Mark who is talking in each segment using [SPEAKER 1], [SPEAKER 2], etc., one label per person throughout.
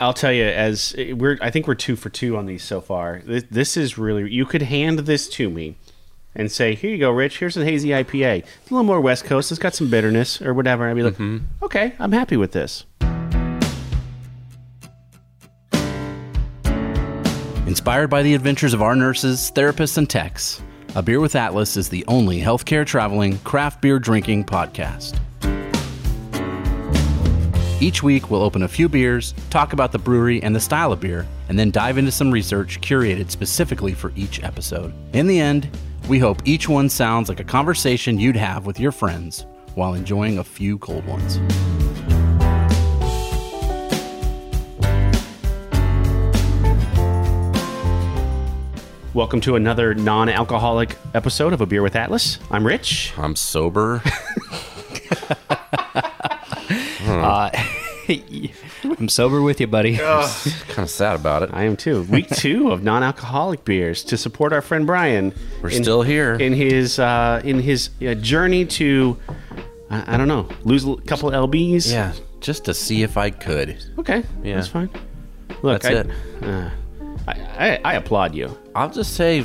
[SPEAKER 1] I'll tell you, as we're, I think we're two for two on these so far. This, this is really, you could hand this to me and say, "Here you go, Rich. Here's a hazy IPA. It's a little more West Coast. It's got some bitterness or whatever." I'd be like,
[SPEAKER 2] Mm-hmm.
[SPEAKER 1] "Okay, I'm happy with this."
[SPEAKER 3] Inspired by the adventures of our nurses, therapists, and techs, A Beer with Atlas is the only healthcare traveling craft beer drinking podcast. Each week, we'll open a few beers, talk about the brewery and the style of beer, and then dive into some research curated specifically for each episode. In the end, we hope each one sounds like a conversation you'd have with your friends while enjoying a few cold ones.
[SPEAKER 1] Welcome to another non-alcoholic episode of A Beer with Atlas. I'm Rich.
[SPEAKER 4] I'm sober.
[SPEAKER 2] I'm sober with you, buddy.
[SPEAKER 4] kind of sad about it.
[SPEAKER 1] I am too. Week two of non-alcoholic beers to support our friend Brian.
[SPEAKER 4] We're still here.
[SPEAKER 1] in his uh, in his uh, journey to I, I don't know lose a couple lbs.
[SPEAKER 4] yeah, just to see if I could.
[SPEAKER 1] Okay.
[SPEAKER 4] Yeah.
[SPEAKER 1] That's fine. Look,
[SPEAKER 4] That's
[SPEAKER 1] I,
[SPEAKER 4] it.
[SPEAKER 1] Uh, I, I I applaud you.
[SPEAKER 4] I'll just say,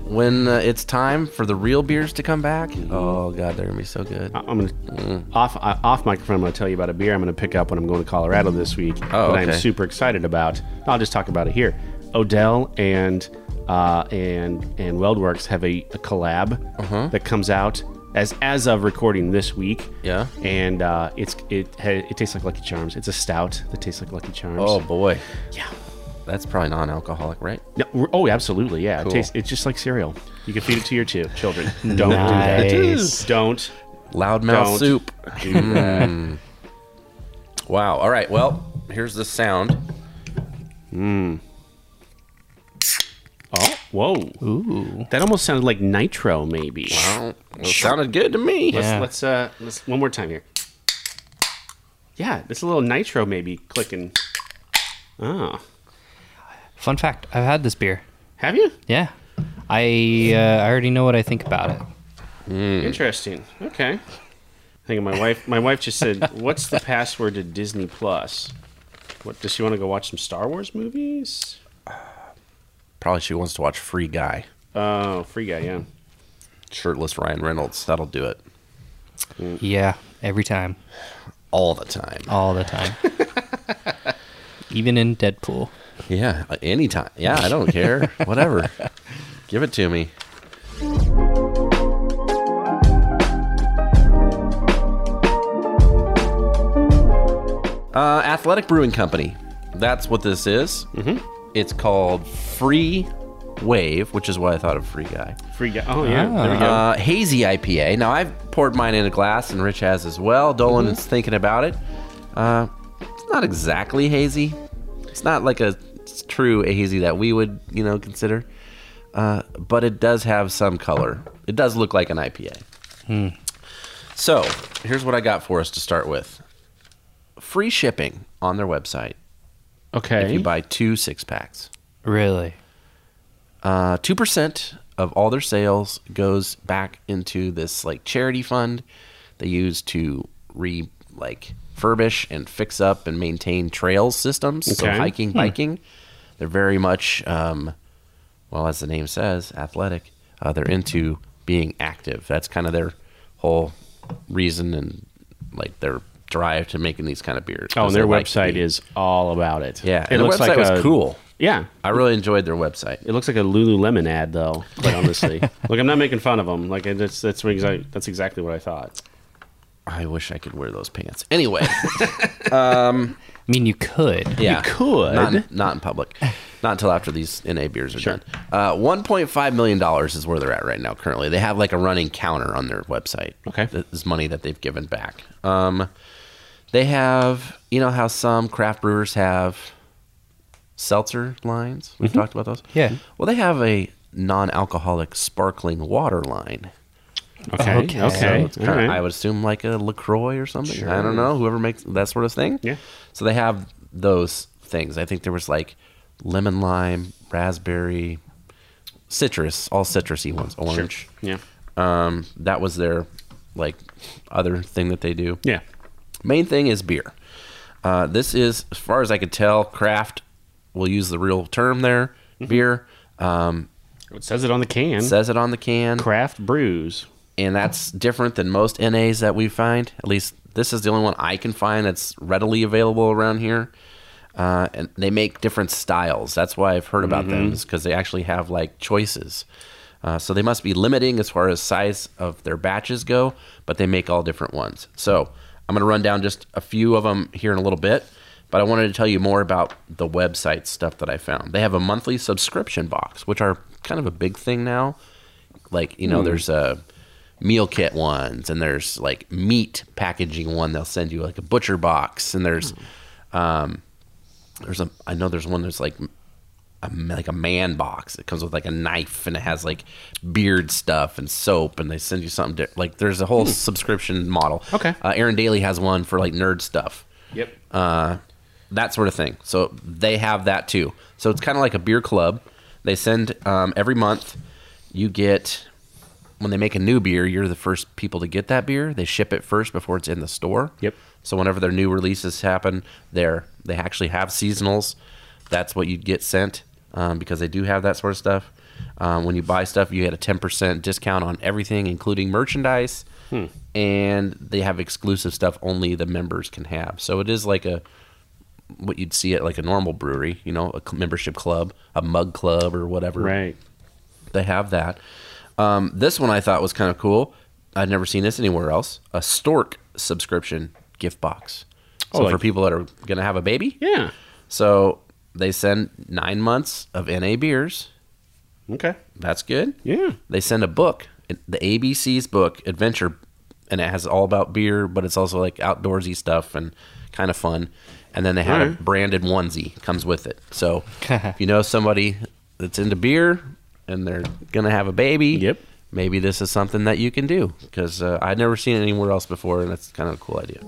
[SPEAKER 4] when uh, it's time for the real beers to come back, oh god, they're gonna be so good.
[SPEAKER 1] I'm
[SPEAKER 4] Mm.
[SPEAKER 1] gonna off uh, off microphone. I'm gonna tell you about a beer I'm gonna pick up when I'm going to Colorado this week
[SPEAKER 4] Oh,
[SPEAKER 1] that I'm
[SPEAKER 4] okay.
[SPEAKER 1] super excited about. I'll just talk about it here. Odell and uh, and and Weldworks have a, a collab
[SPEAKER 4] Uh-huh.
[SPEAKER 1] that comes out as as of recording this week.
[SPEAKER 4] Yeah.
[SPEAKER 1] and uh, it's it ha- it tastes like Lucky Charms. It's a stout that tastes like Lucky Charms.
[SPEAKER 4] Oh boy,
[SPEAKER 1] yeah.
[SPEAKER 4] that's probably non-alcoholic, right?
[SPEAKER 1] No, we're- oh, absolutely, yeah. It tastes, it's just like cereal. You can feed it to your two children. Don't do
[SPEAKER 2] Nice.
[SPEAKER 1] that. Don't.
[SPEAKER 4] Loudmouth
[SPEAKER 1] Don't.
[SPEAKER 4] soup. Mm. Wow. All right. Well, here's the sound.
[SPEAKER 1] Oh, whoa.
[SPEAKER 2] Ooh.
[SPEAKER 1] That almost sounded like nitro, maybe.
[SPEAKER 4] Oh, Well, it sounded good to me.
[SPEAKER 2] Yeah.
[SPEAKER 1] Let's uh, let's one more time here. Yeah, it's a little nitro, maybe clicking. Oh,
[SPEAKER 2] Fun fact: I've had this beer.
[SPEAKER 1] have you?
[SPEAKER 2] Yeah, I uh, I already know what I think about it.
[SPEAKER 4] Hmm.
[SPEAKER 1] Interesting. Okay. I think my wife. My wife just said, "What's the password to Disney Plus?" What does she want to go watch some Star Wars movies?
[SPEAKER 4] Probably she wants to watch Free Guy.
[SPEAKER 1] Oh, free guy. Yeah.
[SPEAKER 4] Shirtless Ryan Reynolds. That'll do it
[SPEAKER 2] Yeah, every time,
[SPEAKER 4] all the time.
[SPEAKER 2] all the time. Even in Deadpool.
[SPEAKER 4] Yeah, uh, anytime. Yeah, I don't care. Whatever. Give it to me. Uh, Athletic Brewing Company. That's what this is. Mm-hmm. It's called Free Wave, which is why I thought of Free Guy.
[SPEAKER 1] Free guy. Oh yeah. There we go.
[SPEAKER 4] Uh, hazy IPA. Now I've poured mine in a glass, and Rich has as well. Dolan is thinking about it. Uh, it's not exactly hazy. It's not like a it's true hazy that we would you know consider, uh, but it does have some color. It does look like an IPA. So here's what I got for us to start with: free shipping on their website
[SPEAKER 1] Okay. Oh,
[SPEAKER 4] if you buy two six packs.
[SPEAKER 2] Really?
[SPEAKER 4] Uh, two percent of all their sales goes back into this like charity fund they use to re like furbish and fix up and maintain trails systems. So
[SPEAKER 1] Okay. Hmm.
[SPEAKER 4] hiking, biking, they're very much um, well as the name says, athletic. Uh, they're into being active. That's kind of their whole reason and like their drive to making these kind of beers.
[SPEAKER 1] oh,
[SPEAKER 4] 'cause
[SPEAKER 1] and their
[SPEAKER 4] they like to
[SPEAKER 1] website
[SPEAKER 4] be-
[SPEAKER 1] is all about it.
[SPEAKER 4] yeah.
[SPEAKER 1] It
[SPEAKER 4] and
[SPEAKER 1] looks
[SPEAKER 4] their
[SPEAKER 1] like
[SPEAKER 4] website was
[SPEAKER 1] a,
[SPEAKER 4] cool.
[SPEAKER 1] Yeah.
[SPEAKER 4] I really enjoyed their website.
[SPEAKER 1] It looks like a Lululemon ad, though. Quite honestly, like I'm not making fun of them. Like I- that's that's what exactly that's exactly what I thought.
[SPEAKER 4] I wish I could wear those pants. Anyway,
[SPEAKER 2] I mean, you could.
[SPEAKER 4] yeah,
[SPEAKER 1] could.
[SPEAKER 4] not in, not in public, not until after these NA beers are done. Uh, One point five million dollars is where they're at right now. Currently, they have like a running counter on their website.
[SPEAKER 1] Okay.
[SPEAKER 4] this is money that they've given back. Um, they have you know how some craft brewers have seltzer lines.
[SPEAKER 1] Mm-hmm.
[SPEAKER 4] We've talked about those.
[SPEAKER 2] Yeah.
[SPEAKER 4] Well, they have a non-alcoholic sparkling water line.
[SPEAKER 1] Okay. Okay.
[SPEAKER 2] Okay.
[SPEAKER 4] So it's
[SPEAKER 1] All
[SPEAKER 4] kinda-
[SPEAKER 1] right.
[SPEAKER 4] I would assume like a Lacroix or something. I don't know. Whoever makes that sort of thing.
[SPEAKER 1] Yeah.
[SPEAKER 4] So they have those things. I think there was like lemon, lime, raspberry, citrus, all citrusy ones, orange.
[SPEAKER 1] Yeah.
[SPEAKER 4] Um, that was their like other thing that they do.
[SPEAKER 1] Yeah.
[SPEAKER 4] Main thing is beer. Uh, this is, as far as I could tell, craft. We'll use the real term there.
[SPEAKER 1] Mm-hmm.
[SPEAKER 4] Beer um,
[SPEAKER 1] It says it on the can.
[SPEAKER 4] says it on the can,
[SPEAKER 1] Craft brews.
[SPEAKER 4] and that's different than most NAs that we find. At least this is the only one I can find that's readily available around here. Uh, and they make different styles. That's why I've heard about them, is because they actually have like choices. Uh, so they must be limiting as far as size of their batches go, but they make all different ones. So I'm going to run down just a few of them here in a little bit, but I wanted to tell you more about the website stuff that I found. They have a monthly subscription box, which are kind of a big thing now. Like you know, there's a meal kit ones, and there's like meat packaging one. They'll send you like a butcher box, and there's um, there's a I know there's one that's like a like a man box. It comes with like a knife and it has like beard stuff and soap and they send you something di- like there's a whole subscription model.
[SPEAKER 1] Okay.
[SPEAKER 4] Uh, Aaron Daly has one for like nerd stuff.
[SPEAKER 1] Yep.
[SPEAKER 4] Uh, that sort of thing. So they have that too. So it's kind of like a beer club. They send um, every month. You get when they make a new beer, you're the first people to get that beer. They ship it first before it's in the store.
[SPEAKER 1] Yep.
[SPEAKER 4] So whenever their new releases happen, they're they actually have seasonals. That's what you'd get sent um, because they do have that sort of stuff. Um, when you buy stuff, you get a ten percent discount on everything, including merchandise. And they have exclusive stuff only the members can have. So it is like a what you'd see at like a normal brewery, you know, a cl- membership club, a mug club, or whatever
[SPEAKER 1] Right.
[SPEAKER 4] they have that. Um, this one I thought was kind of cool. I've never seen this anywhere else. A stork subscription gift box.
[SPEAKER 1] Oh,
[SPEAKER 4] So
[SPEAKER 1] like-
[SPEAKER 4] for people that are gonna have a baby.
[SPEAKER 1] Yeah.
[SPEAKER 4] So they send nine months of NA beers.
[SPEAKER 1] Okay.
[SPEAKER 4] That's good.
[SPEAKER 1] Yeah.
[SPEAKER 4] They send a book, the ABC's book, adventure, and it has all about beer, but it's also like outdoorsy stuff and kind of fun. And then they had a
[SPEAKER 1] Alright.
[SPEAKER 4] branded onesie comes with it. So if you know somebody that's into beer and they're gonna have a baby,
[SPEAKER 1] Yep.
[SPEAKER 4] maybe this is something that you can do because uh, I'd never seen it anywhere else before, and that's kind of a cool idea.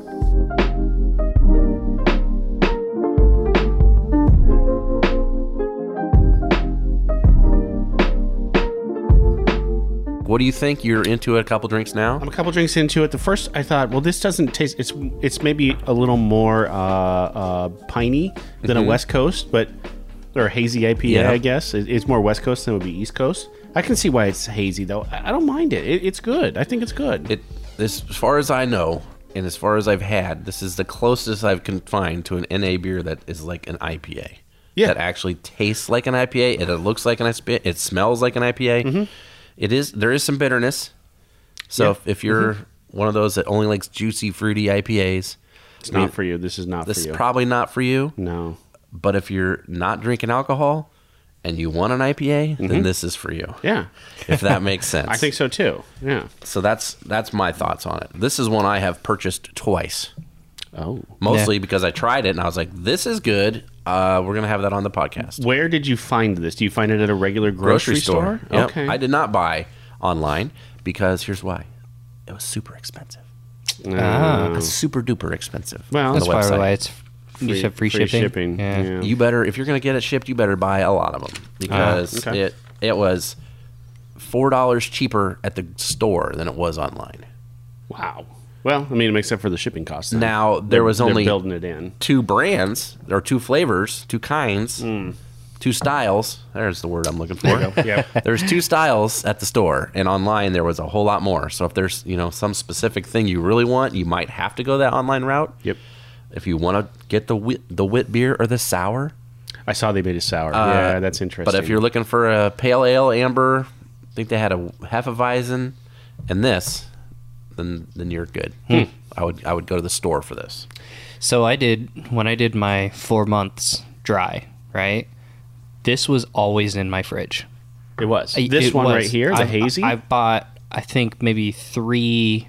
[SPEAKER 4] What do you think? You're into a couple drinks now.
[SPEAKER 1] I'm a couple drinks into it. The first, I thought, well, this doesn't taste. It's it's maybe a little more uh, uh, piney than a West Coast, but or hazy IPA,
[SPEAKER 4] Yeah.
[SPEAKER 1] I guess. It, it's more West Coast than it would be East Coast. I can see why it's hazy though. I, I don't mind it. it. It's good. I think it's good.
[SPEAKER 4] It, this, as far as I know, and as far as I've had, this is the closest I've confined to an NA beer that is like an IPA.
[SPEAKER 1] Yeah.
[SPEAKER 4] That actually tastes like an IPA. It, it looks like an IPA. It smells like an IPA.
[SPEAKER 1] Mm-hmm.
[SPEAKER 4] It is. There is some bitterness. So if, if you're
[SPEAKER 1] Mm-hmm.
[SPEAKER 4] one of those that only likes juicy, fruity IPAs,
[SPEAKER 1] it's not for you. This is not
[SPEAKER 4] this
[SPEAKER 1] for
[SPEAKER 4] is
[SPEAKER 1] you.
[SPEAKER 4] probably not for you.
[SPEAKER 1] no.
[SPEAKER 4] But if you're not drinking alcohol and you want an IPA, then this is for you.
[SPEAKER 1] Mm-hmm. Yeah.
[SPEAKER 4] If that makes sense.
[SPEAKER 1] I think so too. Yeah.
[SPEAKER 4] So that's that's my thoughts on it. This is one I have purchased twice,
[SPEAKER 1] Oh.
[SPEAKER 4] mostly because I tried it and I was like, "This is good." Uh, we're gonna have that on the podcast.
[SPEAKER 1] Where did you find this? Do you find it at a regular grocery,
[SPEAKER 4] Grocery store. Yep.
[SPEAKER 1] Okay.
[SPEAKER 4] I did not buy online because here's why: it was super expensive,
[SPEAKER 2] Ah,
[SPEAKER 4] super duper expensive.
[SPEAKER 1] Oh. Well,
[SPEAKER 4] on
[SPEAKER 1] That's
[SPEAKER 2] that's
[SPEAKER 4] the
[SPEAKER 2] why
[SPEAKER 4] website.
[SPEAKER 2] why it's f- you said free, shipping. Yeah.
[SPEAKER 4] You better if you're gonna get it shipped, you better buy a lot of them because
[SPEAKER 1] okay.
[SPEAKER 4] it it was four dollars cheaper at the store than it was online.
[SPEAKER 1] Wow. Well, I mean, except for the shipping costs. then.
[SPEAKER 4] Now, there
[SPEAKER 1] They're-
[SPEAKER 4] was
[SPEAKER 1] they're
[SPEAKER 4] only-
[SPEAKER 1] building it in.
[SPEAKER 4] two brands or two flavors, two kinds,
[SPEAKER 1] Hmm.
[SPEAKER 4] two styles. There's the word I'm looking for.
[SPEAKER 1] Yeah.
[SPEAKER 4] there's two styles at the store, and online there was a whole lot more. So if there's you know some specific thing you really want, you might have to go that online route.
[SPEAKER 1] Yep.
[SPEAKER 4] If you want to get the wit, the wit beer or the sour,
[SPEAKER 1] I saw they made a sour.
[SPEAKER 4] Uh,
[SPEAKER 1] yeah, that's interesting.
[SPEAKER 4] but if you're looking for a pale ale, amber, I think they had a hefeweizen, and this, then then you're good.
[SPEAKER 1] Hmm.
[SPEAKER 4] I would I would go to the store for this.
[SPEAKER 2] So I did when I did my four months dry. Right. This was always in my fridge.
[SPEAKER 1] it was
[SPEAKER 2] I-
[SPEAKER 1] this
[SPEAKER 2] it
[SPEAKER 1] one
[SPEAKER 2] was.
[SPEAKER 1] right here, the
[SPEAKER 2] I've-
[SPEAKER 1] hazy.
[SPEAKER 2] I've bought, I think, maybe three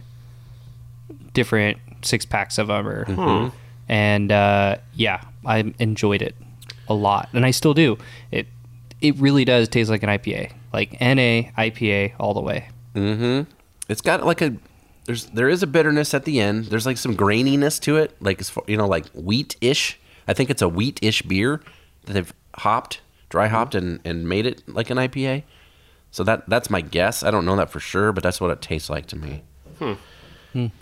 [SPEAKER 2] different six packs of them, or,
[SPEAKER 4] Hmm.
[SPEAKER 2] and uh, yeah, I enjoyed it a lot, and I still do. It it really does taste like an IPA, like NA IPA all the way.
[SPEAKER 4] it's got like a there's there is a bitterness at the end. There's like some graininess to it, like it's you know like wheat ish. I think it's a wheat ish beer that they've hopped, dry hopped, and and made it like an IPA. So that that's my guess. I don't know that for sure, but that's what it tastes like to me.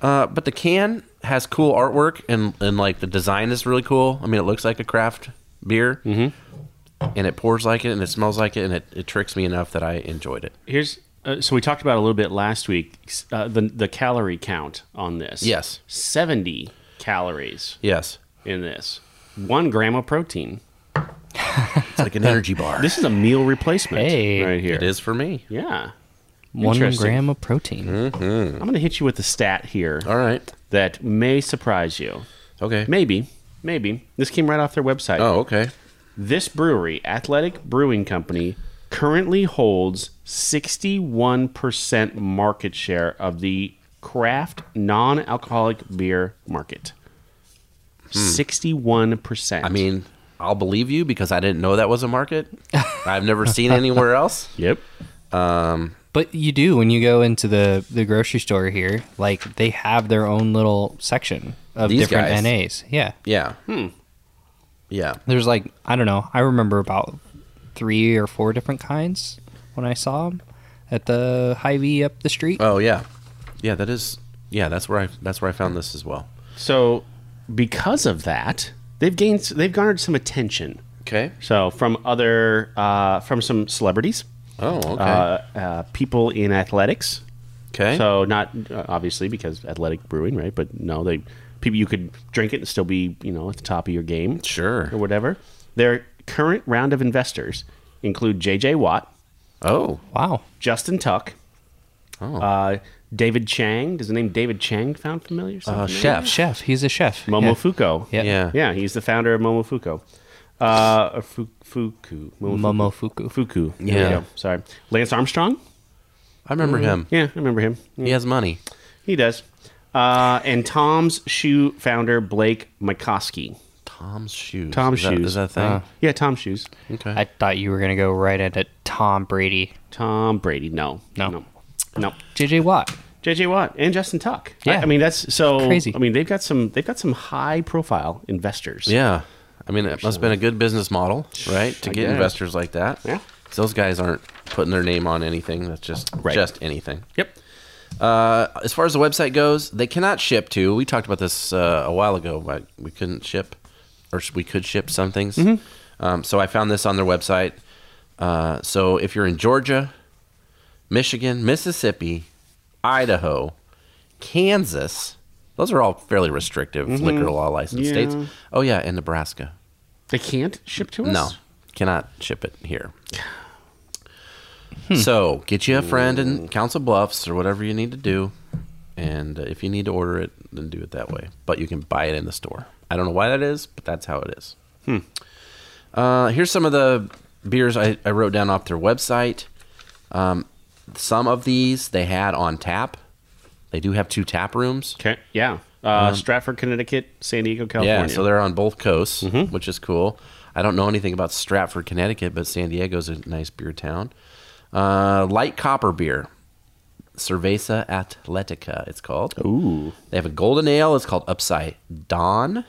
[SPEAKER 4] Uh, but the can has cool artwork and and like the design is really cool. I mean, it looks like a craft beer, mm-hmm. and it pours like it, and it smells like it, and it, it tricks me enough that I enjoyed it.
[SPEAKER 1] Here's uh, so we talked about a little bit last week uh, the the calorie count on this.
[SPEAKER 4] Yes.
[SPEAKER 1] seventy calories
[SPEAKER 4] Yes,
[SPEAKER 1] in this, one gram of protein.
[SPEAKER 4] it's like an energy bar.
[SPEAKER 1] This is a meal replacement
[SPEAKER 2] Hey.
[SPEAKER 1] right here.
[SPEAKER 4] It is for me.
[SPEAKER 1] Yeah,
[SPEAKER 2] One
[SPEAKER 1] Interesting.
[SPEAKER 2] gram of protein.
[SPEAKER 4] Hmm.
[SPEAKER 1] I'm going to hit you with a stat here
[SPEAKER 4] All right.
[SPEAKER 1] that may surprise you.
[SPEAKER 4] Okay.
[SPEAKER 1] Maybe, maybe this came right off their website.
[SPEAKER 4] Oh, okay.
[SPEAKER 1] This brewery, Athletic Brewing Company, currently holds 61% market share of the craft non alcoholic beer market. 61%.
[SPEAKER 4] Hmm. I mean, I'll believe you because I didn't know that was a market. I've never seen anywhere else.
[SPEAKER 1] yep.
[SPEAKER 2] But you do when you go into the the grocery store here. Like they have their own little section of
[SPEAKER 4] These
[SPEAKER 2] different
[SPEAKER 4] guys.
[SPEAKER 2] NAs. Yeah,
[SPEAKER 4] Yeah.
[SPEAKER 1] Hmm.
[SPEAKER 4] Yeah.
[SPEAKER 2] there's like I don't know. I remember about three or four different kinds when I saw them at the Hy-Vee up the street.
[SPEAKER 4] Oh yeah. Yeah, that is. Yeah, that's where I that's where I found this as well.
[SPEAKER 1] So, because of that, they've gained, they've garnered some attention.
[SPEAKER 4] Okay.
[SPEAKER 1] So, from other, uh, from some celebrities,
[SPEAKER 4] Oh, okay.
[SPEAKER 1] uh, uh, people in athletics,
[SPEAKER 4] okay.
[SPEAKER 1] So not uh, obviously because athletic brewing, right? But no, they people you could drink it and still be you know at the top of your game,
[SPEAKER 4] Sure.
[SPEAKER 1] or whatever. Their current round of investors include J.J. Watt,
[SPEAKER 4] oh,
[SPEAKER 2] Wow,
[SPEAKER 1] Justin Tuck, uh, David Chang. Does the name David Chang sound familiar? Sound
[SPEAKER 4] uh,
[SPEAKER 1] familiar?
[SPEAKER 4] chef.
[SPEAKER 2] chef. He's a chef. Yeah.
[SPEAKER 1] Momofuku.
[SPEAKER 2] Yeah.
[SPEAKER 4] Yeah.
[SPEAKER 1] yeah, he's the founder of Momofuku. Uh, or Fu- Fuku.
[SPEAKER 2] Momofuku.
[SPEAKER 1] Fuku. There we
[SPEAKER 4] Yeah.
[SPEAKER 1] go. Sorry, Lance Armstrong.
[SPEAKER 4] I remember him.
[SPEAKER 1] Yeah, I remember him.
[SPEAKER 4] He has money.
[SPEAKER 1] He does. Uh, and Tom's shoe founder Blake McCoskey.
[SPEAKER 4] Tom's shoes.
[SPEAKER 1] Tom's
[SPEAKER 4] is that,
[SPEAKER 1] shoes
[SPEAKER 4] is that a thing?
[SPEAKER 2] Uh,
[SPEAKER 1] Yeah, Tom's shoes.
[SPEAKER 4] okay.
[SPEAKER 2] I thought you were gonna go right into Tom Brady,
[SPEAKER 1] Tom Brady. No,
[SPEAKER 2] No.
[SPEAKER 1] no, no.
[SPEAKER 2] JJ Watt.
[SPEAKER 1] J.J. Watt and Justin Tuck. I-
[SPEAKER 2] Yeah.
[SPEAKER 1] I, mean that's so
[SPEAKER 2] Crazy.
[SPEAKER 1] I mean they've got some they've got some high profile investors.
[SPEAKER 4] yeah. I mean, it must have been a good business model, right? To
[SPEAKER 1] I
[SPEAKER 4] get
[SPEAKER 1] guess.
[SPEAKER 4] investors like that.
[SPEAKER 1] Yeah.
[SPEAKER 4] 'Cause Those guys aren't putting their name on anything. That's just
[SPEAKER 1] Right.
[SPEAKER 4] just anything.
[SPEAKER 1] Yep.
[SPEAKER 4] as far as the website goes, they cannot ship to. We talked about this uh, a while ago, but we couldn't ship, or sh- we could ship some things.
[SPEAKER 1] Mm-hmm.
[SPEAKER 4] Um, so I found this on their website. Uh, so if you're in Georgia, Michigan, Mississippi, Idaho, Kansas, those are all fairly restrictive liquor law licensed
[SPEAKER 1] Mm-hmm. Yeah.
[SPEAKER 4] states. Oh yeah, and Nebraska.
[SPEAKER 1] They can't ship to us.
[SPEAKER 4] No, cannot ship it here. So get you a friend
[SPEAKER 1] Hmm.
[SPEAKER 4] in Council Bluffs or whatever you need to do, and uh, if you need to order it, then do it that way. But you can buy it in the store. I don't know why that is, but that's how it is.
[SPEAKER 1] Hmm.
[SPEAKER 4] Uh, here's some of the beers I, I wrote down off their website. Um, some of these they had on tap. They do have two tap rooms.
[SPEAKER 1] Okay. Yeah. Uh, Stratford, Connecticut, San Diego, California.
[SPEAKER 4] Um,
[SPEAKER 1] Mm-hmm.
[SPEAKER 4] Yeah, so they're on both coasts, which is cool. I don't know anything about Stratford, Connecticut, but San Diego's a nice beer town. Uh, light copper beer, Cerveza Atletica, it's called.
[SPEAKER 1] Ooh.
[SPEAKER 4] They have a golden ale. It's called Upside Dawn.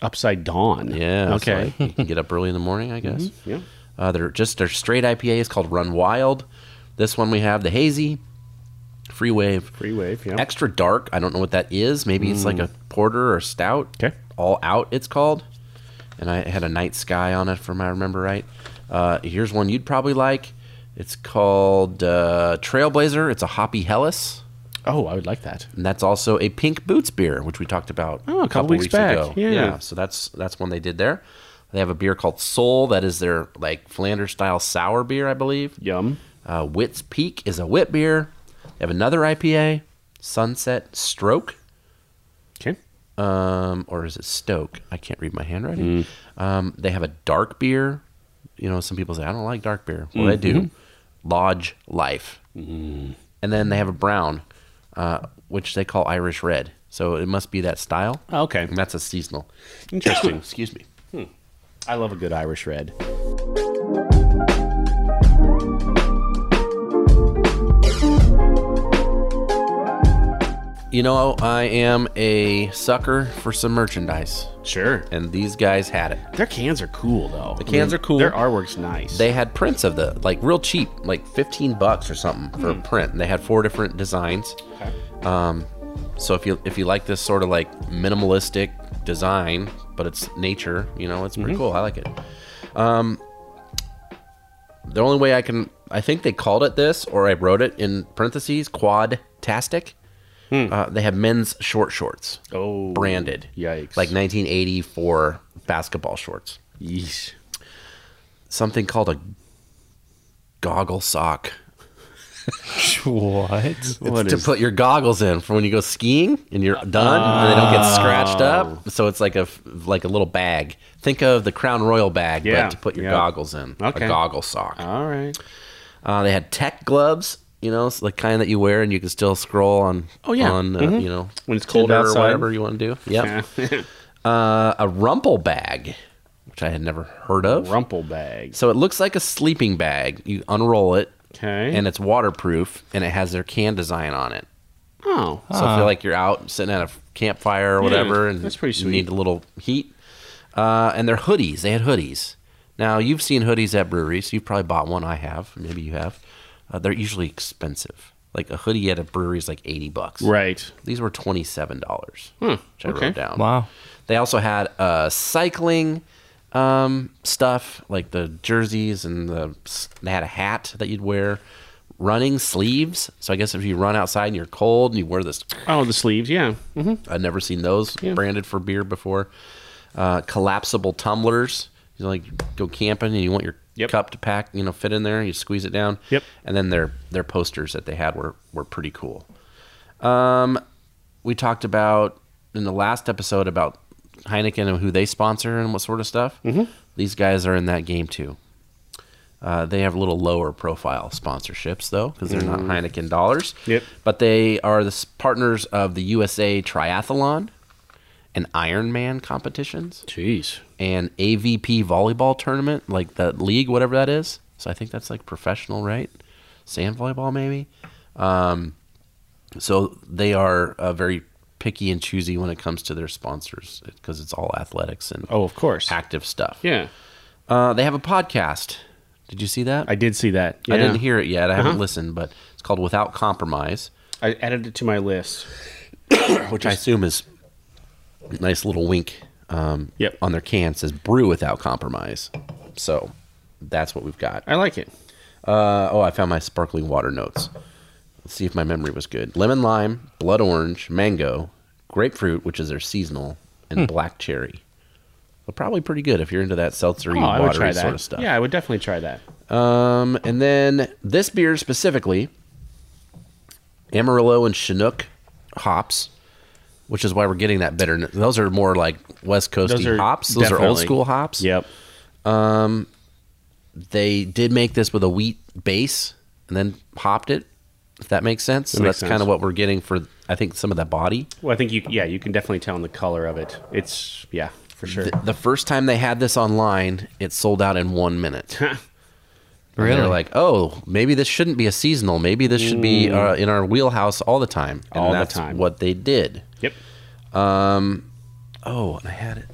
[SPEAKER 1] Upside Dawn.
[SPEAKER 4] Yeah. it's
[SPEAKER 1] Okay. Mm-hmm.
[SPEAKER 4] like you can get up early in the morning, I guess.
[SPEAKER 1] Yeah.
[SPEAKER 4] Uh, they're just their straight IPA is called Run Wild. This one we have the hazy, free wave,
[SPEAKER 1] Free wave. Yeah.
[SPEAKER 4] extra dark. I don't know what that is. Maybe it's like a porter or stout.
[SPEAKER 1] Hmm. Okay.
[SPEAKER 4] All out, it's called. And I had a night sky on it, if I remember right. Uh, here's one you'd probably like. It's called uh, Trailblazer. It's a hoppy Hellas,
[SPEAKER 1] oh, I would like that.
[SPEAKER 4] and that's also a pink boots beer, which we talked about
[SPEAKER 1] Oh, a couple weeks back. Yeah.
[SPEAKER 4] so that's that's one they did there. They have a beer called Soul. That is their like Flanders style sour beer, I believe.
[SPEAKER 1] Yum.
[SPEAKER 4] Uh, Wits Peak is a wit beer. They have another IPA, Sunset Stroke,
[SPEAKER 1] Okay.
[SPEAKER 4] um, or is it Stoke? I can't read my handwriting. Um, they have a dark beer. You know, some people say I don't like dark beer. Well, they do. Lodge Life, and then they have a brown, uh, which they call Irish Red. So it must be that style.
[SPEAKER 1] Oh, Okay.
[SPEAKER 4] And that's a seasonal.
[SPEAKER 1] Interesting.
[SPEAKER 4] Excuse me.
[SPEAKER 1] I love a good Irish red.
[SPEAKER 4] You know, I am a sucker for some merchandise,
[SPEAKER 1] Sure.
[SPEAKER 4] and these guys had it.
[SPEAKER 1] Their cans are cool though. The
[SPEAKER 4] cans are cool.
[SPEAKER 1] Their artwork's nice.
[SPEAKER 4] they had prints of the like real cheap,
[SPEAKER 1] Hmm.
[SPEAKER 4] like fifteen bucks or something for a print. And they had four different designs. Um, So if you if you like this sort of like minimalistic design, but it's nature, you know, it's pretty
[SPEAKER 1] Mm-hmm.
[SPEAKER 4] cool. I like it. Um, the only way I can, I think they called it this, or I wrote it in parentheses, quad tastic. Uh, they have men's short shorts.
[SPEAKER 1] Hmm. Oh,
[SPEAKER 4] branded.
[SPEAKER 1] yikes.
[SPEAKER 4] Like 1984 basketball shorts.
[SPEAKER 1] Yeesh.
[SPEAKER 4] Something called a goggle sock.
[SPEAKER 2] What?
[SPEAKER 4] It's
[SPEAKER 1] What
[SPEAKER 4] to
[SPEAKER 1] is-
[SPEAKER 4] put your goggles in for when you go skiing and you're done and they don't
[SPEAKER 1] Oh.
[SPEAKER 4] get scratched up. So it's like a f- like a little bag. Think of the Crown Royal bag,
[SPEAKER 1] Yeah,
[SPEAKER 4] but to put your
[SPEAKER 1] yeah.
[SPEAKER 4] goggles in.
[SPEAKER 1] Okay.
[SPEAKER 4] A goggle sock.
[SPEAKER 1] All right.
[SPEAKER 4] Uh, they had tech gloves, you know, so the kind that you wear and you can still scroll on. Oh
[SPEAKER 1] yeah. Mm-hmm.
[SPEAKER 4] on uh, you know
[SPEAKER 1] When it's cold
[SPEAKER 4] Tinder
[SPEAKER 1] outside.
[SPEAKER 4] or whatever you want to do. Yep. Uh, a rumple bag, which I had never heard of.
[SPEAKER 1] Rumple bags.
[SPEAKER 4] So it looks like a sleeping bag. You unroll it,
[SPEAKER 1] Okay.
[SPEAKER 4] and it's waterproof, and it has their can design on it.
[SPEAKER 1] oh,
[SPEAKER 4] So I feel like you're out sitting at a campfire or whatever, and
[SPEAKER 1] that's pretty
[SPEAKER 4] you need
[SPEAKER 1] sweet.
[SPEAKER 4] a little heat. Uh, and they're hoodies. They had hoodies. Now you've seen hoodies at breweries. You've probably bought one. I have. Maybe you have. Uh, they're usually expensive. Like a hoodie at a brewery is like eighty bucks.
[SPEAKER 1] right. Hmm.
[SPEAKER 4] These were twenty seven dollars, which I
[SPEAKER 1] okay.
[SPEAKER 4] wrote down.
[SPEAKER 2] Wow.
[SPEAKER 4] They also had uh, cycling um, stuff, like the jerseys, and the they had a hat that you'd wear. Running sleeves. So I guess if you run outside and you're cold and you wear this,
[SPEAKER 1] Oh, the sleeves. Yeah. hmm
[SPEAKER 4] I'd never seen those branded for beer before. Uh, collapsible tumblers. You know, like you go camping and you want your
[SPEAKER 1] Yep.
[SPEAKER 4] cup to pack, you know, fit in there. You squeeze it down.
[SPEAKER 1] Yep.
[SPEAKER 4] And then their their posters that they had were were pretty cool. Um, we talked about in the last episode about Heineken and who they sponsor and what sort of stuff. Mm-hmm. These guys are in that game too. Uh, they have a little lower profile sponsorships though, because they're not Heineken dollars.
[SPEAKER 1] Mm. Yep.
[SPEAKER 4] But they are the s- partners of the USA Triathlon and Ironman competitions
[SPEAKER 1] Jeez.
[SPEAKER 4] and AVP volleyball tournament, like the league, whatever that is. So I think that's like professional, right? Sand volleyball, maybe. Um, so they are uh, very picky and choosy when it comes to their sponsors because it's all athletics and
[SPEAKER 1] Oh, of course.
[SPEAKER 4] active stuff.
[SPEAKER 1] Yeah.
[SPEAKER 4] Uh, they have a podcast. Did you see that?
[SPEAKER 1] I did see that.
[SPEAKER 4] I didn't
[SPEAKER 1] Yeah. Uh-huh.
[SPEAKER 4] hear it yet. I haven't listened, but it's called Without Compromise,
[SPEAKER 1] I added it to my list.
[SPEAKER 4] which I assume is a nice little wink um,
[SPEAKER 1] Yep.
[SPEAKER 4] on their can It says brew without compromise. So that's what we've got.
[SPEAKER 1] I like it.
[SPEAKER 4] Uh, oh, I found my sparkling water notes. Let's see if my memory was good. Lemon lime, blood orange, mango, grapefruit, which is their seasonal, and
[SPEAKER 1] Hmm.
[SPEAKER 4] black cherry. Well, probably pretty good if you're into that seltzery,
[SPEAKER 1] Oh, I would try
[SPEAKER 4] watery
[SPEAKER 1] that.
[SPEAKER 4] sort of stuff.
[SPEAKER 1] Yeah, I would definitely try that.
[SPEAKER 4] Um, and then this beer specifically, Amarillo and Chinook hops, which is why we're getting that bitterness. Those are more like West
[SPEAKER 1] Those
[SPEAKER 4] Coasty
[SPEAKER 1] are
[SPEAKER 4] hops. Those are old
[SPEAKER 1] definitely-
[SPEAKER 4] school hops.
[SPEAKER 1] Yep.
[SPEAKER 4] they did make this with a wheat base and then hopped it if that makes sense so
[SPEAKER 1] makes
[SPEAKER 4] that's kind
[SPEAKER 1] sense.
[SPEAKER 4] of what we're getting for i think some of that body
[SPEAKER 1] Well, I think you. Yeah, you can definitely tell in the color of it. It's yeah, for sure.
[SPEAKER 4] the first time they had this online it sold out in one minute
[SPEAKER 2] Really?
[SPEAKER 4] they're like oh maybe this shouldn't be a seasonal maybe this should be uh, in our wheelhouse all the time and
[SPEAKER 1] Mm. All the
[SPEAKER 4] that's
[SPEAKER 1] time.
[SPEAKER 4] what they did
[SPEAKER 1] yep.
[SPEAKER 4] oh and i had it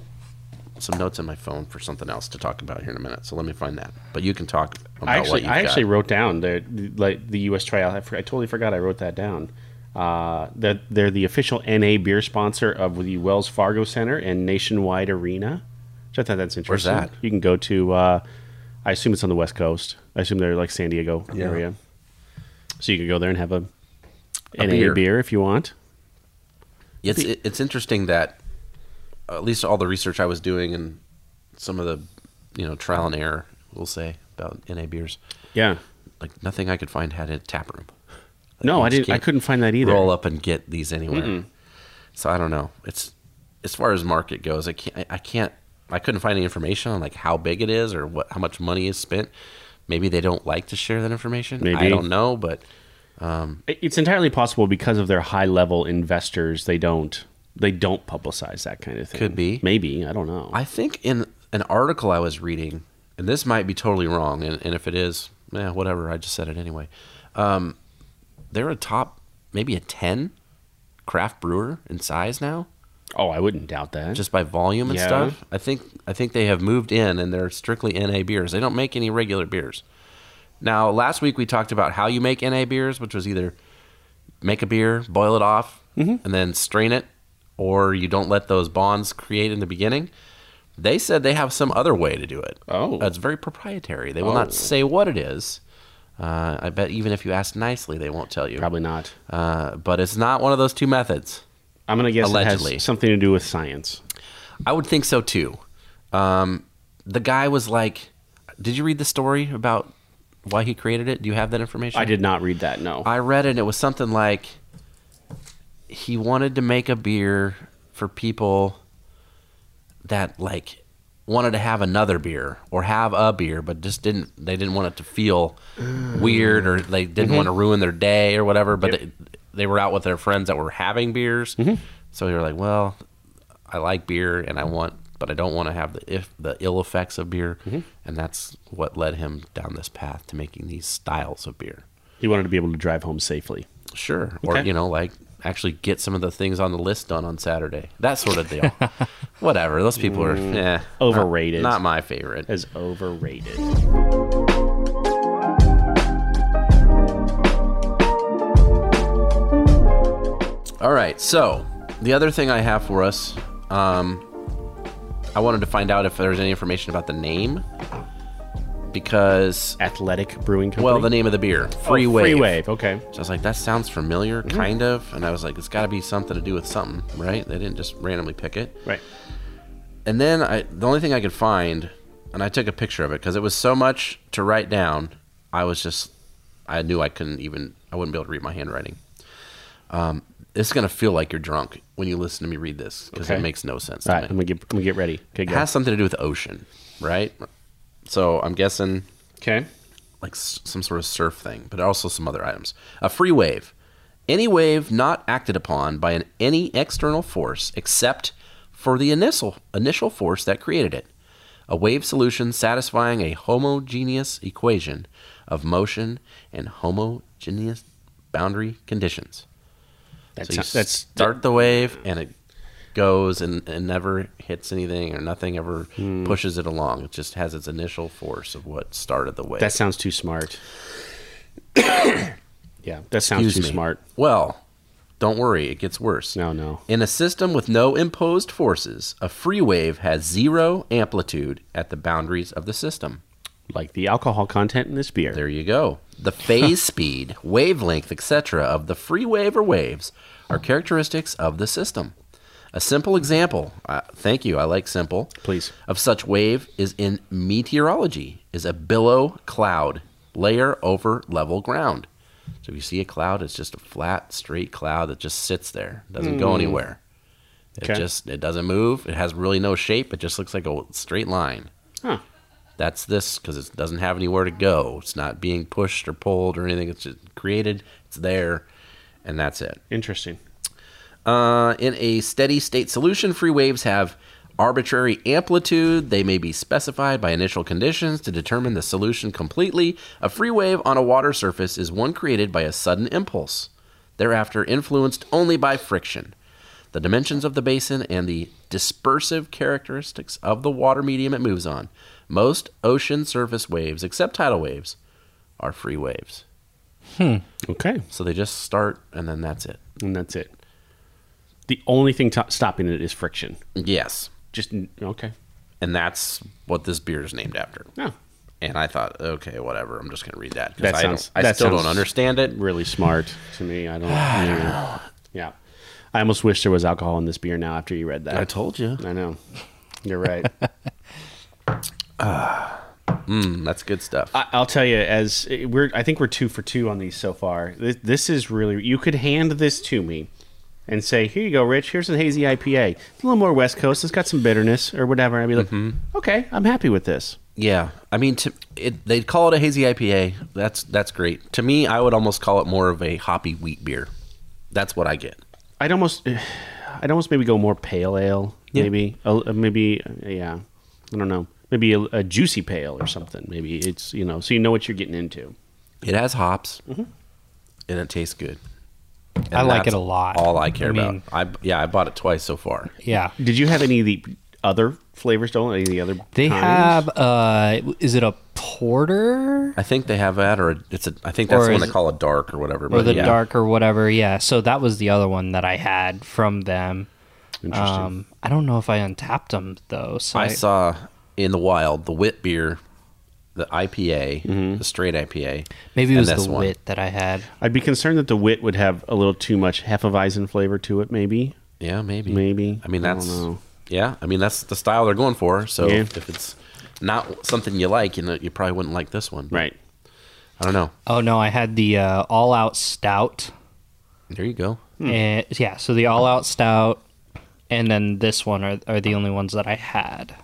[SPEAKER 4] some notes in my phone for something else to talk about here in a minute so let me find that but you can talk about
[SPEAKER 1] I
[SPEAKER 4] what
[SPEAKER 1] actually,
[SPEAKER 4] you've
[SPEAKER 1] I actually
[SPEAKER 4] got.
[SPEAKER 1] wrote down the the- like the U.S. trial. I, for- I totally forgot I wrote that down. Uh, that they're the official NA beer sponsor of the Wells Fargo Center and Nationwide Arena. Which I thought that's interesting.
[SPEAKER 4] that?
[SPEAKER 1] You can go to. Uh, I assume it's on the West Coast. I assume they're like San Diego area. So you could go there and have a, NA
[SPEAKER 4] beer.
[SPEAKER 1] beer. if you want.
[SPEAKER 4] It's it- it's interesting that uh, at least all the research I was doing and some of the you know trial and error we'll say about NA beers,
[SPEAKER 1] Yeah.
[SPEAKER 4] like nothing I could find had a tap room.
[SPEAKER 1] No,
[SPEAKER 4] you
[SPEAKER 1] I
[SPEAKER 4] just
[SPEAKER 1] didn't. I
[SPEAKER 4] can't
[SPEAKER 1] couldn't find that either. Mm-hmm.
[SPEAKER 4] Roll up and get these anywhere. So I don't know. It's as far as market goes, I can't. I, I can't. I couldn't find any information on like how big it is or what how much money is spent. Maybe they don't like to share that information. I
[SPEAKER 1] Maybe.
[SPEAKER 4] don't know, but
[SPEAKER 1] It's entirely possible because of their high level investors. They don't. They don't publicize that kind of thing.
[SPEAKER 4] Could be.
[SPEAKER 1] Maybe. I don't know.
[SPEAKER 4] I think in an article I was reading, and this might be totally wrong, and, and if it is, eh, whatever, I just said it anyway. Um, they're a top, maybe a 10 craft brewer in size now,
[SPEAKER 1] Oh, I wouldn't doubt that.
[SPEAKER 4] just by volume and
[SPEAKER 1] Yeah.
[SPEAKER 4] stuff. I think I think they have moved in and they're strictly NA beers. They don't make any regular beers. Now, last week we talked about how you make NA beers, which was either make a beer, boil it off,
[SPEAKER 1] Mm-hmm.
[SPEAKER 4] and then strain it, or you don't let those bonds create in the beginning. They said they have some other way to do it.
[SPEAKER 1] Oh.
[SPEAKER 4] Uh, it's very proprietary. They will not say what it is. Uh, I bet even if you ask nicely, they won't tell you.
[SPEAKER 1] Probably not.
[SPEAKER 4] Uh, but it's not one of those two methods.
[SPEAKER 1] I'm gonna guess it
[SPEAKER 4] Allegedly.
[SPEAKER 1] has something to do with science.
[SPEAKER 4] I would think so too. Um, the guy was like, "Did you read the story about why he created it? Do you have that information?"
[SPEAKER 1] I did not read that. No.
[SPEAKER 4] I read it. and It was something like he wanted to make a beer for people that like wanted to have another beer or have a beer, but just didn't. They didn't want it to feel weird or they didn't want to ruin their day or whatever. But they, they were out with their friends that were having beers, so they were like, "Well, I like beer and I want." But I don't want to have the if the ill effects of beer, and that's what led him down this path to making these styles of beer.
[SPEAKER 1] he wanted to be able to drive home safely.
[SPEAKER 4] Sure. Or,
[SPEAKER 1] Okay.
[SPEAKER 4] you know, like actually get some of the things on the list done on Saturday. That sort of deal. Whatever. Those people are
[SPEAKER 1] Mm.
[SPEAKER 4] eh,
[SPEAKER 1] Oh, Overrated.
[SPEAKER 4] Not, not my favorite.
[SPEAKER 1] As overrated.
[SPEAKER 4] All right. So the other thing I have for us, um, I wanted to find out if there's any information about the name because,
[SPEAKER 1] Athletic Brewing Company.
[SPEAKER 4] well, the name of the beer, Free
[SPEAKER 1] Oh, Mm-hmm.
[SPEAKER 4] Wave.
[SPEAKER 1] Free Wave. Okay.
[SPEAKER 4] So I was like, that sounds familiar, kind of. And I was like, it's got to be something to do with something, right? They didn't just randomly pick it.
[SPEAKER 1] Right.
[SPEAKER 4] and then I the only thing I could find, and I took a picture of it because it was so much to write down. I was just, I knew I couldn't even, I wouldn't be able to read my handwriting. Um, it's gonna feel like you're drunk when you listen to me read this because
[SPEAKER 1] Okay.
[SPEAKER 4] it makes no sense.
[SPEAKER 1] All
[SPEAKER 4] to
[SPEAKER 1] right.
[SPEAKER 4] me.
[SPEAKER 1] I'm gonna get. I'm gonna get ready. Okay.
[SPEAKER 4] It
[SPEAKER 1] Go.
[SPEAKER 4] has something to do with ocean, right? So I'm guessing
[SPEAKER 1] okay.
[SPEAKER 4] like s- some sort of surf thing, but also some other items. A free wave. Any wave not acted upon by an, any external force except for the initial, initial force that created it. A wave solution satisfying a homogeneous equation of motion and homogeneous boundary conditions.
[SPEAKER 1] That's
[SPEAKER 4] So you
[SPEAKER 1] that's
[SPEAKER 4] start the wave and it goes and, and never hits anything or nothing ever pushes it along. It just has its initial force of what started the wave.
[SPEAKER 1] that sounds too smart. yeah. That sounds
[SPEAKER 4] Excuse
[SPEAKER 1] too
[SPEAKER 4] me.
[SPEAKER 1] smart.
[SPEAKER 4] Well, don't worry, it gets worse.
[SPEAKER 1] No. No.
[SPEAKER 4] In a system with no imposed forces, a free wave has zero amplitude at the boundaries of the system.
[SPEAKER 1] Like the alcohol content in this beer.
[SPEAKER 4] There you go. The phase speed, wavelength, etc. of the free wave or waves are characteristics of the system. A simple example, uh, thank you, I like simple,
[SPEAKER 1] Please.
[SPEAKER 4] of such wave is in meteorology, is a billow cloud, layer over level ground. So if you see a cloud, it's just a flat, straight cloud that just sits there, doesn't go anywhere. It
[SPEAKER 1] Hmm. Okay.
[SPEAKER 4] just it doesn't move. It has really no shape. It just looks like a straight line
[SPEAKER 1] Huh.
[SPEAKER 4] that's this because it doesn't have anywhere to go. It's not being pushed or pulled or anything. It's just created. It's there, and that's it.
[SPEAKER 1] Interesting.
[SPEAKER 4] Uh, in a steady state solution, free waves have arbitrary amplitude. They may be specified by initial conditions to determine the solution completely. A free wave on a water surface is one created by a sudden impulse, thereafter influenced only by friction. The dimensions of the basin and the dispersive characteristics of the water medium it moves on. Most ocean surface waves, except tidal waves, are free waves.
[SPEAKER 1] Okay.
[SPEAKER 4] So they just start and then that's it.
[SPEAKER 1] And that's it. The only thing to- stopping it is friction.
[SPEAKER 4] Yes.
[SPEAKER 1] Just n- okay.
[SPEAKER 4] and that's what this beer is named after.
[SPEAKER 1] No.
[SPEAKER 4] And I thought, okay, whatever. I'm just going to read that
[SPEAKER 1] That
[SPEAKER 4] because I,
[SPEAKER 1] sounds-
[SPEAKER 4] don't- I
[SPEAKER 1] that
[SPEAKER 4] still
[SPEAKER 1] sounds-
[SPEAKER 4] don't understand it.
[SPEAKER 1] really smart to me. I don't. yeah. yeah, I almost wish there was alcohol in this beer now after you read that.
[SPEAKER 4] I told you.
[SPEAKER 1] I know. You're right.
[SPEAKER 4] Mm, that's good stuff.
[SPEAKER 1] I, I'll tell you. As we're, I think we're two for two on these so far. This, this is really. You could hand this to me. And say, here you go, Rich. Here's a hazy IPA. It's a little more West Coast. It's got some bitterness or whatever. And I'd be like, okay, I'm happy with this.
[SPEAKER 4] yeah, I mean, to, it, they call it a hazy IPA. That's that's great. To me, I would almost call it more of a hoppy wheat beer. That's what I get.
[SPEAKER 1] I'd almost, I'd almost maybe go more pale ale. Maybe, uh, maybe, uh, yeah. I don't know. Maybe a, a juicy pale or something. Maybe it's you know, so you know what you're getting into.
[SPEAKER 4] It has hops, and it tastes good. And
[SPEAKER 2] Mm-hmm. I like it
[SPEAKER 4] that's
[SPEAKER 2] a lot.
[SPEAKER 4] All I care
[SPEAKER 2] I mean-
[SPEAKER 4] about. I yeah, I bought it twice so far.
[SPEAKER 2] Yeah.
[SPEAKER 1] Did you have any of the other flavors? Don't any of the other?
[SPEAKER 2] They
[SPEAKER 1] kinds?
[SPEAKER 2] have uh is it a porter
[SPEAKER 4] I think they have that, or it's a. I think that's
[SPEAKER 2] Or
[SPEAKER 4] the one
[SPEAKER 2] is-
[SPEAKER 4] they call a dark or whatever.
[SPEAKER 2] or
[SPEAKER 4] but
[SPEAKER 2] the
[SPEAKER 4] yeah.
[SPEAKER 2] dark or whatever. Yeah. So that was the other one that I had from them.
[SPEAKER 1] Interesting.
[SPEAKER 2] Um, I don't know if I untapped them though. So
[SPEAKER 4] I
[SPEAKER 2] I-
[SPEAKER 4] saw in the wild the wit beer, the IPA,
[SPEAKER 1] Mm-hmm.
[SPEAKER 4] the straight IPA.
[SPEAKER 2] maybe it
[SPEAKER 4] and
[SPEAKER 2] was
[SPEAKER 4] this
[SPEAKER 2] the
[SPEAKER 4] one.
[SPEAKER 2] wit that I had.
[SPEAKER 1] I'd be concerned that the wit would have a little too much Hefeweizen flavor to it. Maybe,
[SPEAKER 4] Yeah, maybe.
[SPEAKER 1] maybe.
[SPEAKER 4] I mean,
[SPEAKER 1] don't
[SPEAKER 4] that's
[SPEAKER 1] know.
[SPEAKER 4] yeah. I mean, that's the style they're going for. So
[SPEAKER 1] Yeah.
[SPEAKER 4] if it's not something you like, you know, you probably wouldn't like this one.
[SPEAKER 1] right.
[SPEAKER 4] I don't know.
[SPEAKER 2] Oh no, I had the uh, all out stout.
[SPEAKER 4] There you go.
[SPEAKER 2] And, yeah. So the all out stout, and then this one are are the only ones that I had.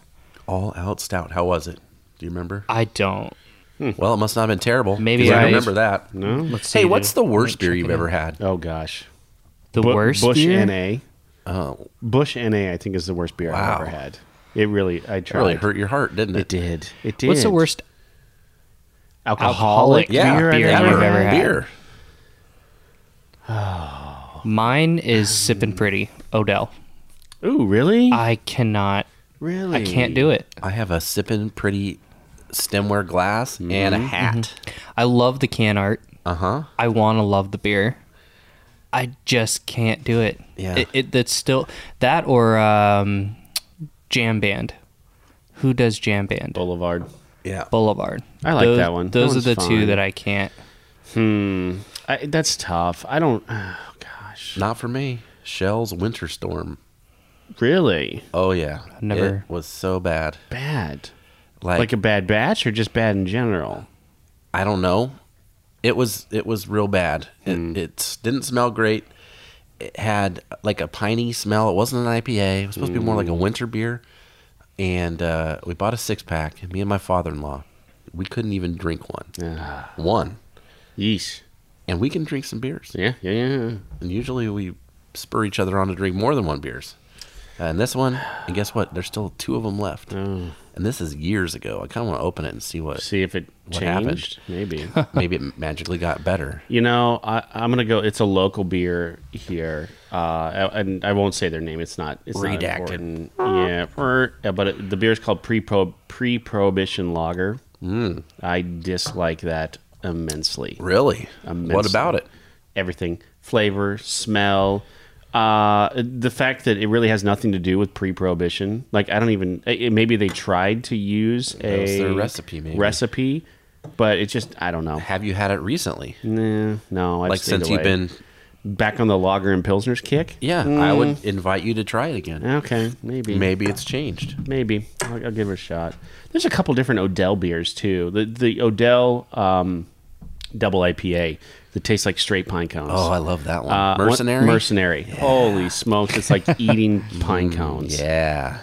[SPEAKER 4] All out stout. How was it? Do you remember?
[SPEAKER 2] I don't.
[SPEAKER 4] Well, it must not have been terrible.
[SPEAKER 2] Maybe
[SPEAKER 4] 'cause I
[SPEAKER 2] I-
[SPEAKER 4] remember that.
[SPEAKER 1] Hmm. No.
[SPEAKER 2] Let's see.
[SPEAKER 4] Hey, what's the
[SPEAKER 2] dude.
[SPEAKER 4] worst
[SPEAKER 2] Let me
[SPEAKER 4] beer
[SPEAKER 2] check
[SPEAKER 4] you've
[SPEAKER 2] it
[SPEAKER 4] ever
[SPEAKER 2] out.
[SPEAKER 4] had?
[SPEAKER 1] Oh gosh.
[SPEAKER 2] The
[SPEAKER 1] Bu-
[SPEAKER 2] worst
[SPEAKER 1] Bush
[SPEAKER 2] beer?
[SPEAKER 1] NA.
[SPEAKER 4] Oh,
[SPEAKER 1] Bush NA. I think is the worst beer
[SPEAKER 4] Wow.
[SPEAKER 1] I've ever had. It really. I
[SPEAKER 4] it
[SPEAKER 1] tried.
[SPEAKER 4] really hurt your heart, didn't it?
[SPEAKER 1] It did. It did.
[SPEAKER 2] What's the worst?
[SPEAKER 1] alcoholic,
[SPEAKER 2] alcoholic
[SPEAKER 4] Yeah,
[SPEAKER 1] beer?
[SPEAKER 2] beer
[SPEAKER 1] I've
[SPEAKER 2] I've
[SPEAKER 1] ever
[SPEAKER 2] ever
[SPEAKER 1] had?
[SPEAKER 2] had?
[SPEAKER 4] Beer. Oh,
[SPEAKER 2] Mine is sipping pretty Odell.
[SPEAKER 1] Ooh, really?
[SPEAKER 2] I cannot.
[SPEAKER 1] really?
[SPEAKER 2] I can't do it.
[SPEAKER 4] I have a sipping pretty stemware glass and
[SPEAKER 1] Mm-hmm.
[SPEAKER 4] a hat.
[SPEAKER 2] I love the can art.
[SPEAKER 4] Uh huh.
[SPEAKER 2] I want to love the beer. I just can't do it.
[SPEAKER 4] Yeah.
[SPEAKER 2] It, it that's still that or um, jam band. Who does jam band?
[SPEAKER 1] Boulevard.
[SPEAKER 4] Yeah.
[SPEAKER 2] Boulevard.
[SPEAKER 1] I like
[SPEAKER 2] Those-
[SPEAKER 1] that one. That
[SPEAKER 2] Those
[SPEAKER 1] one's
[SPEAKER 2] are the two
[SPEAKER 1] fine.
[SPEAKER 2] that I can't.
[SPEAKER 1] Hmm. I, that's tough. I don't. Oh gosh.
[SPEAKER 4] Not for me. Shell's Winter Storm.
[SPEAKER 1] Really
[SPEAKER 4] Oh yeah.
[SPEAKER 2] Never-
[SPEAKER 4] It was so bad.
[SPEAKER 1] bad.
[SPEAKER 4] Like,
[SPEAKER 1] Like
[SPEAKER 4] I
[SPEAKER 1] a bad batch or just bad in general?
[SPEAKER 4] I don't know. It was it was real bad.
[SPEAKER 1] Mm.
[SPEAKER 4] It, it didn't smell great. It had like a piney smell. It wasn't an IPA. It was supposed to be more
[SPEAKER 1] Mm.
[SPEAKER 4] like a winter beer. And uh, we bought a six pack. And me and my father in law, we couldn't even drink one.
[SPEAKER 1] Ah.
[SPEAKER 4] One.
[SPEAKER 1] Yeesh.
[SPEAKER 4] And we can drink some beers.
[SPEAKER 1] Yeah, yeah, yeah.
[SPEAKER 4] And usually we spur each other on to drink more than one beers. And this one, and guess what? There's still two of them left. And this is years ago. I kind of want to open it and see what
[SPEAKER 1] See if it
[SPEAKER 4] What
[SPEAKER 1] changed. Maybe.
[SPEAKER 4] maybe it magically got better.
[SPEAKER 1] you know, I, I'm gonna go. It's a local beer here, uh, and I won't say their name. It's not. It's not
[SPEAKER 4] Redacted.
[SPEAKER 1] important. yeah, er, yeah, but it, the beer is called pre pre prohibition lager. Mm. I dislike that immensely.
[SPEAKER 4] Really? What
[SPEAKER 1] Immensely.
[SPEAKER 4] about it?
[SPEAKER 1] everything flavor smell uh the fact that it really has nothing to do with pre-prohibition like i don't even it, it- maybe they tried to use a
[SPEAKER 4] was their recipe, maybe.
[SPEAKER 1] recipe but it's just i don't know
[SPEAKER 4] Have you had it recently?
[SPEAKER 1] nah, no I
[SPEAKER 4] Like
[SPEAKER 1] just stayed
[SPEAKER 4] since you've
[SPEAKER 1] away.
[SPEAKER 4] been?
[SPEAKER 1] back on the lager and pilsners kick
[SPEAKER 4] Yeah, I would invite you to try it again.
[SPEAKER 1] okay maybe maybe,
[SPEAKER 4] Maybe it's changed.
[SPEAKER 1] I'll, I'll give it a shot there's a couple different odell beers too the the odell um double ipa that tastes like straight pine cones
[SPEAKER 4] Oh, I love that one.
[SPEAKER 1] Uh, one-
[SPEAKER 4] Mercenary.
[SPEAKER 1] mercenary. Holy smokes! It's like eating pine cones.
[SPEAKER 4] Mm, Yeah.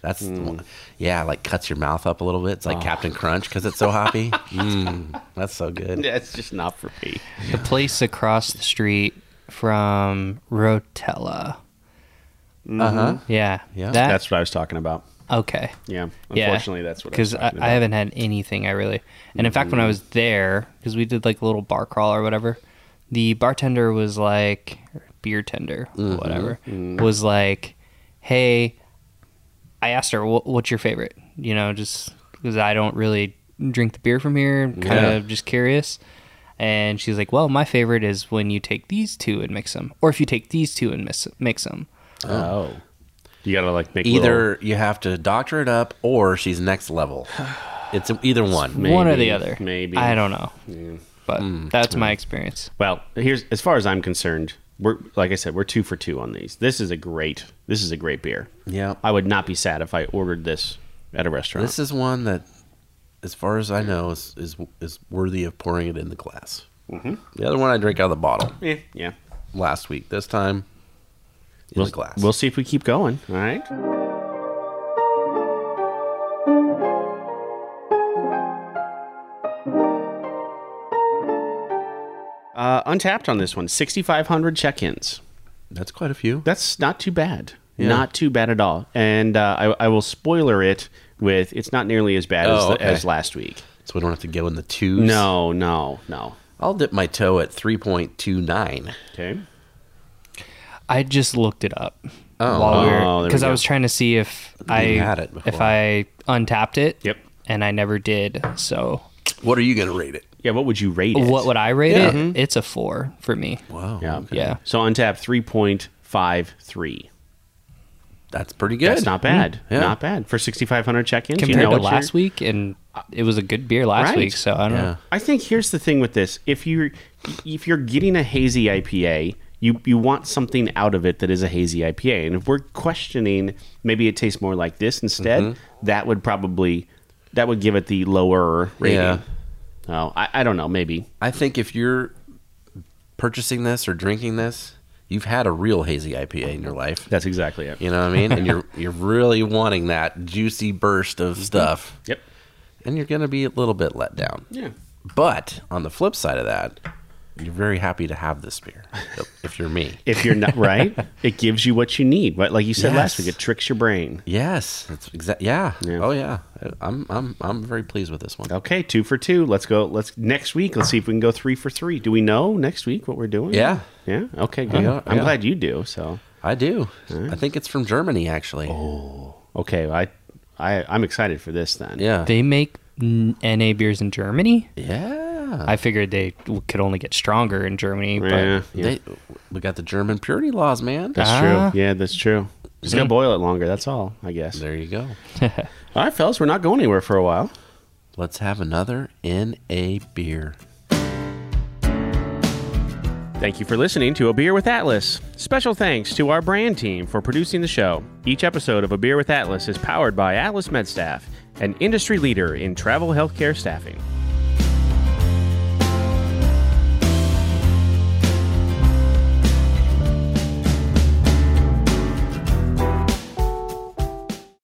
[SPEAKER 4] That's the one. yeah, like cuts your mouth up a little bit. It's like Captain Crunch because it's so hoppy. mm, that's so good.
[SPEAKER 1] That's just not for me.
[SPEAKER 2] The place across the street from Rotella.
[SPEAKER 4] Uh huh.
[SPEAKER 2] Yeah.
[SPEAKER 4] Yeah.
[SPEAKER 2] That,
[SPEAKER 1] Uh-huh. That's what I was talking about.
[SPEAKER 2] okay.
[SPEAKER 1] Yeah.
[SPEAKER 2] Yeah.
[SPEAKER 1] Unfortunately, that's what.
[SPEAKER 2] because I,
[SPEAKER 1] was talking
[SPEAKER 2] I
[SPEAKER 1] about.
[SPEAKER 2] haven't had anything I really. And in fact,
[SPEAKER 1] Mm-hmm.
[SPEAKER 2] when I was there, because we did like a little bar crawl or whatever, the bartender was like, or beer tender,
[SPEAKER 1] Mm-hmm.
[SPEAKER 2] whatever, was like, "Hey," I asked her, "Wha- "What's your favorite?" You know, just because I don't really drink the beer from here, I'm kind
[SPEAKER 4] Yeah.
[SPEAKER 2] of just curious. And she's like, "Well, my favorite is when you take these two and mix them, or if you take these two and mix mix them."
[SPEAKER 1] Oh. You gotta like make
[SPEAKER 4] Either you have to doctor it up, or she's next level. It's either one.
[SPEAKER 2] One or
[SPEAKER 1] Maybe,
[SPEAKER 2] the other.
[SPEAKER 1] maybe. Hmm.
[SPEAKER 2] I don't know. But that's my experience.
[SPEAKER 1] Well, here's as far as I'm concerned. We're like I said, we're two for two on these. This is a great. This is a great beer.
[SPEAKER 4] Yeah.
[SPEAKER 1] I would not be sad if I ordered this at a restaurant.
[SPEAKER 4] This is one that, as far as I know, is is, is worthy of pouring it in the glass. Mm-hmm. The other one I drank out of the bottle
[SPEAKER 1] yeah. yeah.
[SPEAKER 4] last week. This time, in
[SPEAKER 1] We'll,
[SPEAKER 4] the glass.
[SPEAKER 1] we'll see if we keep going. All right. Uh, untapped on this one, 6,500 check ins.
[SPEAKER 4] That's quite a few.
[SPEAKER 1] That's not too bad.
[SPEAKER 4] Yeah.
[SPEAKER 1] Not too bad at all. And uh, I, I will spoiler it with it's not nearly as bad as,
[SPEAKER 4] Oh,
[SPEAKER 1] the,
[SPEAKER 4] okay.
[SPEAKER 1] as last week.
[SPEAKER 4] So we don't have to go in the twos.
[SPEAKER 1] No, no, no.
[SPEAKER 4] I'll dip my toe at three point two nine.
[SPEAKER 1] Okay.
[SPEAKER 2] I just looked it up
[SPEAKER 4] Oh.
[SPEAKER 2] while
[SPEAKER 1] Oh,
[SPEAKER 2] we were
[SPEAKER 1] there we
[SPEAKER 2] because I
[SPEAKER 1] go.
[SPEAKER 2] was trying to see if I
[SPEAKER 4] had it before.
[SPEAKER 2] if I untapped it.
[SPEAKER 1] Yep.
[SPEAKER 2] and I never did. So
[SPEAKER 3] What are you going to rate it?
[SPEAKER 1] Yeah, what would you rate it?
[SPEAKER 2] what would I rate
[SPEAKER 3] Yeah.
[SPEAKER 2] it?
[SPEAKER 1] Mm-hmm.
[SPEAKER 2] It's a four for me.
[SPEAKER 3] Wow.
[SPEAKER 1] Yeah.
[SPEAKER 2] Yeah.
[SPEAKER 1] So untap 3.53.
[SPEAKER 3] That's pretty
[SPEAKER 1] That's not bad.
[SPEAKER 3] Yeah.
[SPEAKER 1] Not bad. For 6,500 check-ins,
[SPEAKER 2] Mm-hmm. Compared
[SPEAKER 1] you know what
[SPEAKER 2] to
[SPEAKER 1] you're-
[SPEAKER 2] last week, and it was a good beer last
[SPEAKER 1] Right.
[SPEAKER 2] week. So I don't know.
[SPEAKER 1] I think here's the thing with this: if you if you're getting a hazy IPA, you you want something out of it that is a hazy IPA, and if we're questioning, maybe it tastes more like this instead.
[SPEAKER 4] Mm-hmm.
[SPEAKER 1] That would probably that would give it the lower rating.
[SPEAKER 4] Yeah.
[SPEAKER 1] Oh, I, I don't know. Maybe
[SPEAKER 4] I think if you're purchasing this or drinking this, you've had a real hazy IPA in your life.
[SPEAKER 1] that's exactly it.
[SPEAKER 4] You know what I mean? And you're you're really wanting that juicy burst
[SPEAKER 1] Mm-hmm.
[SPEAKER 4] of stuff.
[SPEAKER 1] Yep.
[SPEAKER 4] And you're gonna be a little bit let down.
[SPEAKER 1] Yeah.
[SPEAKER 4] But on the flip side of that, you're very happy to have this beer. if you're me.
[SPEAKER 1] If you're not right, it gives you what you need. But like you said last
[SPEAKER 4] Yes.
[SPEAKER 1] week, it tricks your brain.
[SPEAKER 4] Yes. That's exa- yeah.
[SPEAKER 1] Yeah.
[SPEAKER 4] Oh yeah. I'm I'm I'm very pleased with this one.
[SPEAKER 1] Okay, two for two. Let's go. Let's next week. Let's see if we can go three for three. Do we know next week what we're doing?
[SPEAKER 4] Yeah.
[SPEAKER 1] Yeah. Okay. Good.
[SPEAKER 4] Yeah,
[SPEAKER 1] I'm
[SPEAKER 4] yeah.
[SPEAKER 1] glad you do. So.
[SPEAKER 4] I do. I think it's from Germany actually.
[SPEAKER 1] Oh, Okay. I, I, I'm excited for this then.
[SPEAKER 4] Yeah.
[SPEAKER 2] They make n- NA beers in Germany.
[SPEAKER 4] yeah.
[SPEAKER 2] I figured they w- could only get stronger in Germany, but
[SPEAKER 1] Yeah. yeah.
[SPEAKER 4] They, we got the German purity laws, man.
[SPEAKER 1] that's
[SPEAKER 2] Ah.
[SPEAKER 1] true. Yeah, that's true. Just gonna boil it longer. That's all, I guess.
[SPEAKER 4] There you go.
[SPEAKER 1] All right, fellas, we're not going anywhere for a while.
[SPEAKER 4] Let's have another NA beer.
[SPEAKER 1] Thank you for listening to A Beer with Atlas. Special thanks to our brand team for producing the show. Each episode of A Beer with Atlas is powered by Atlas MedStaff, an industry leader in travel healthcare staffing.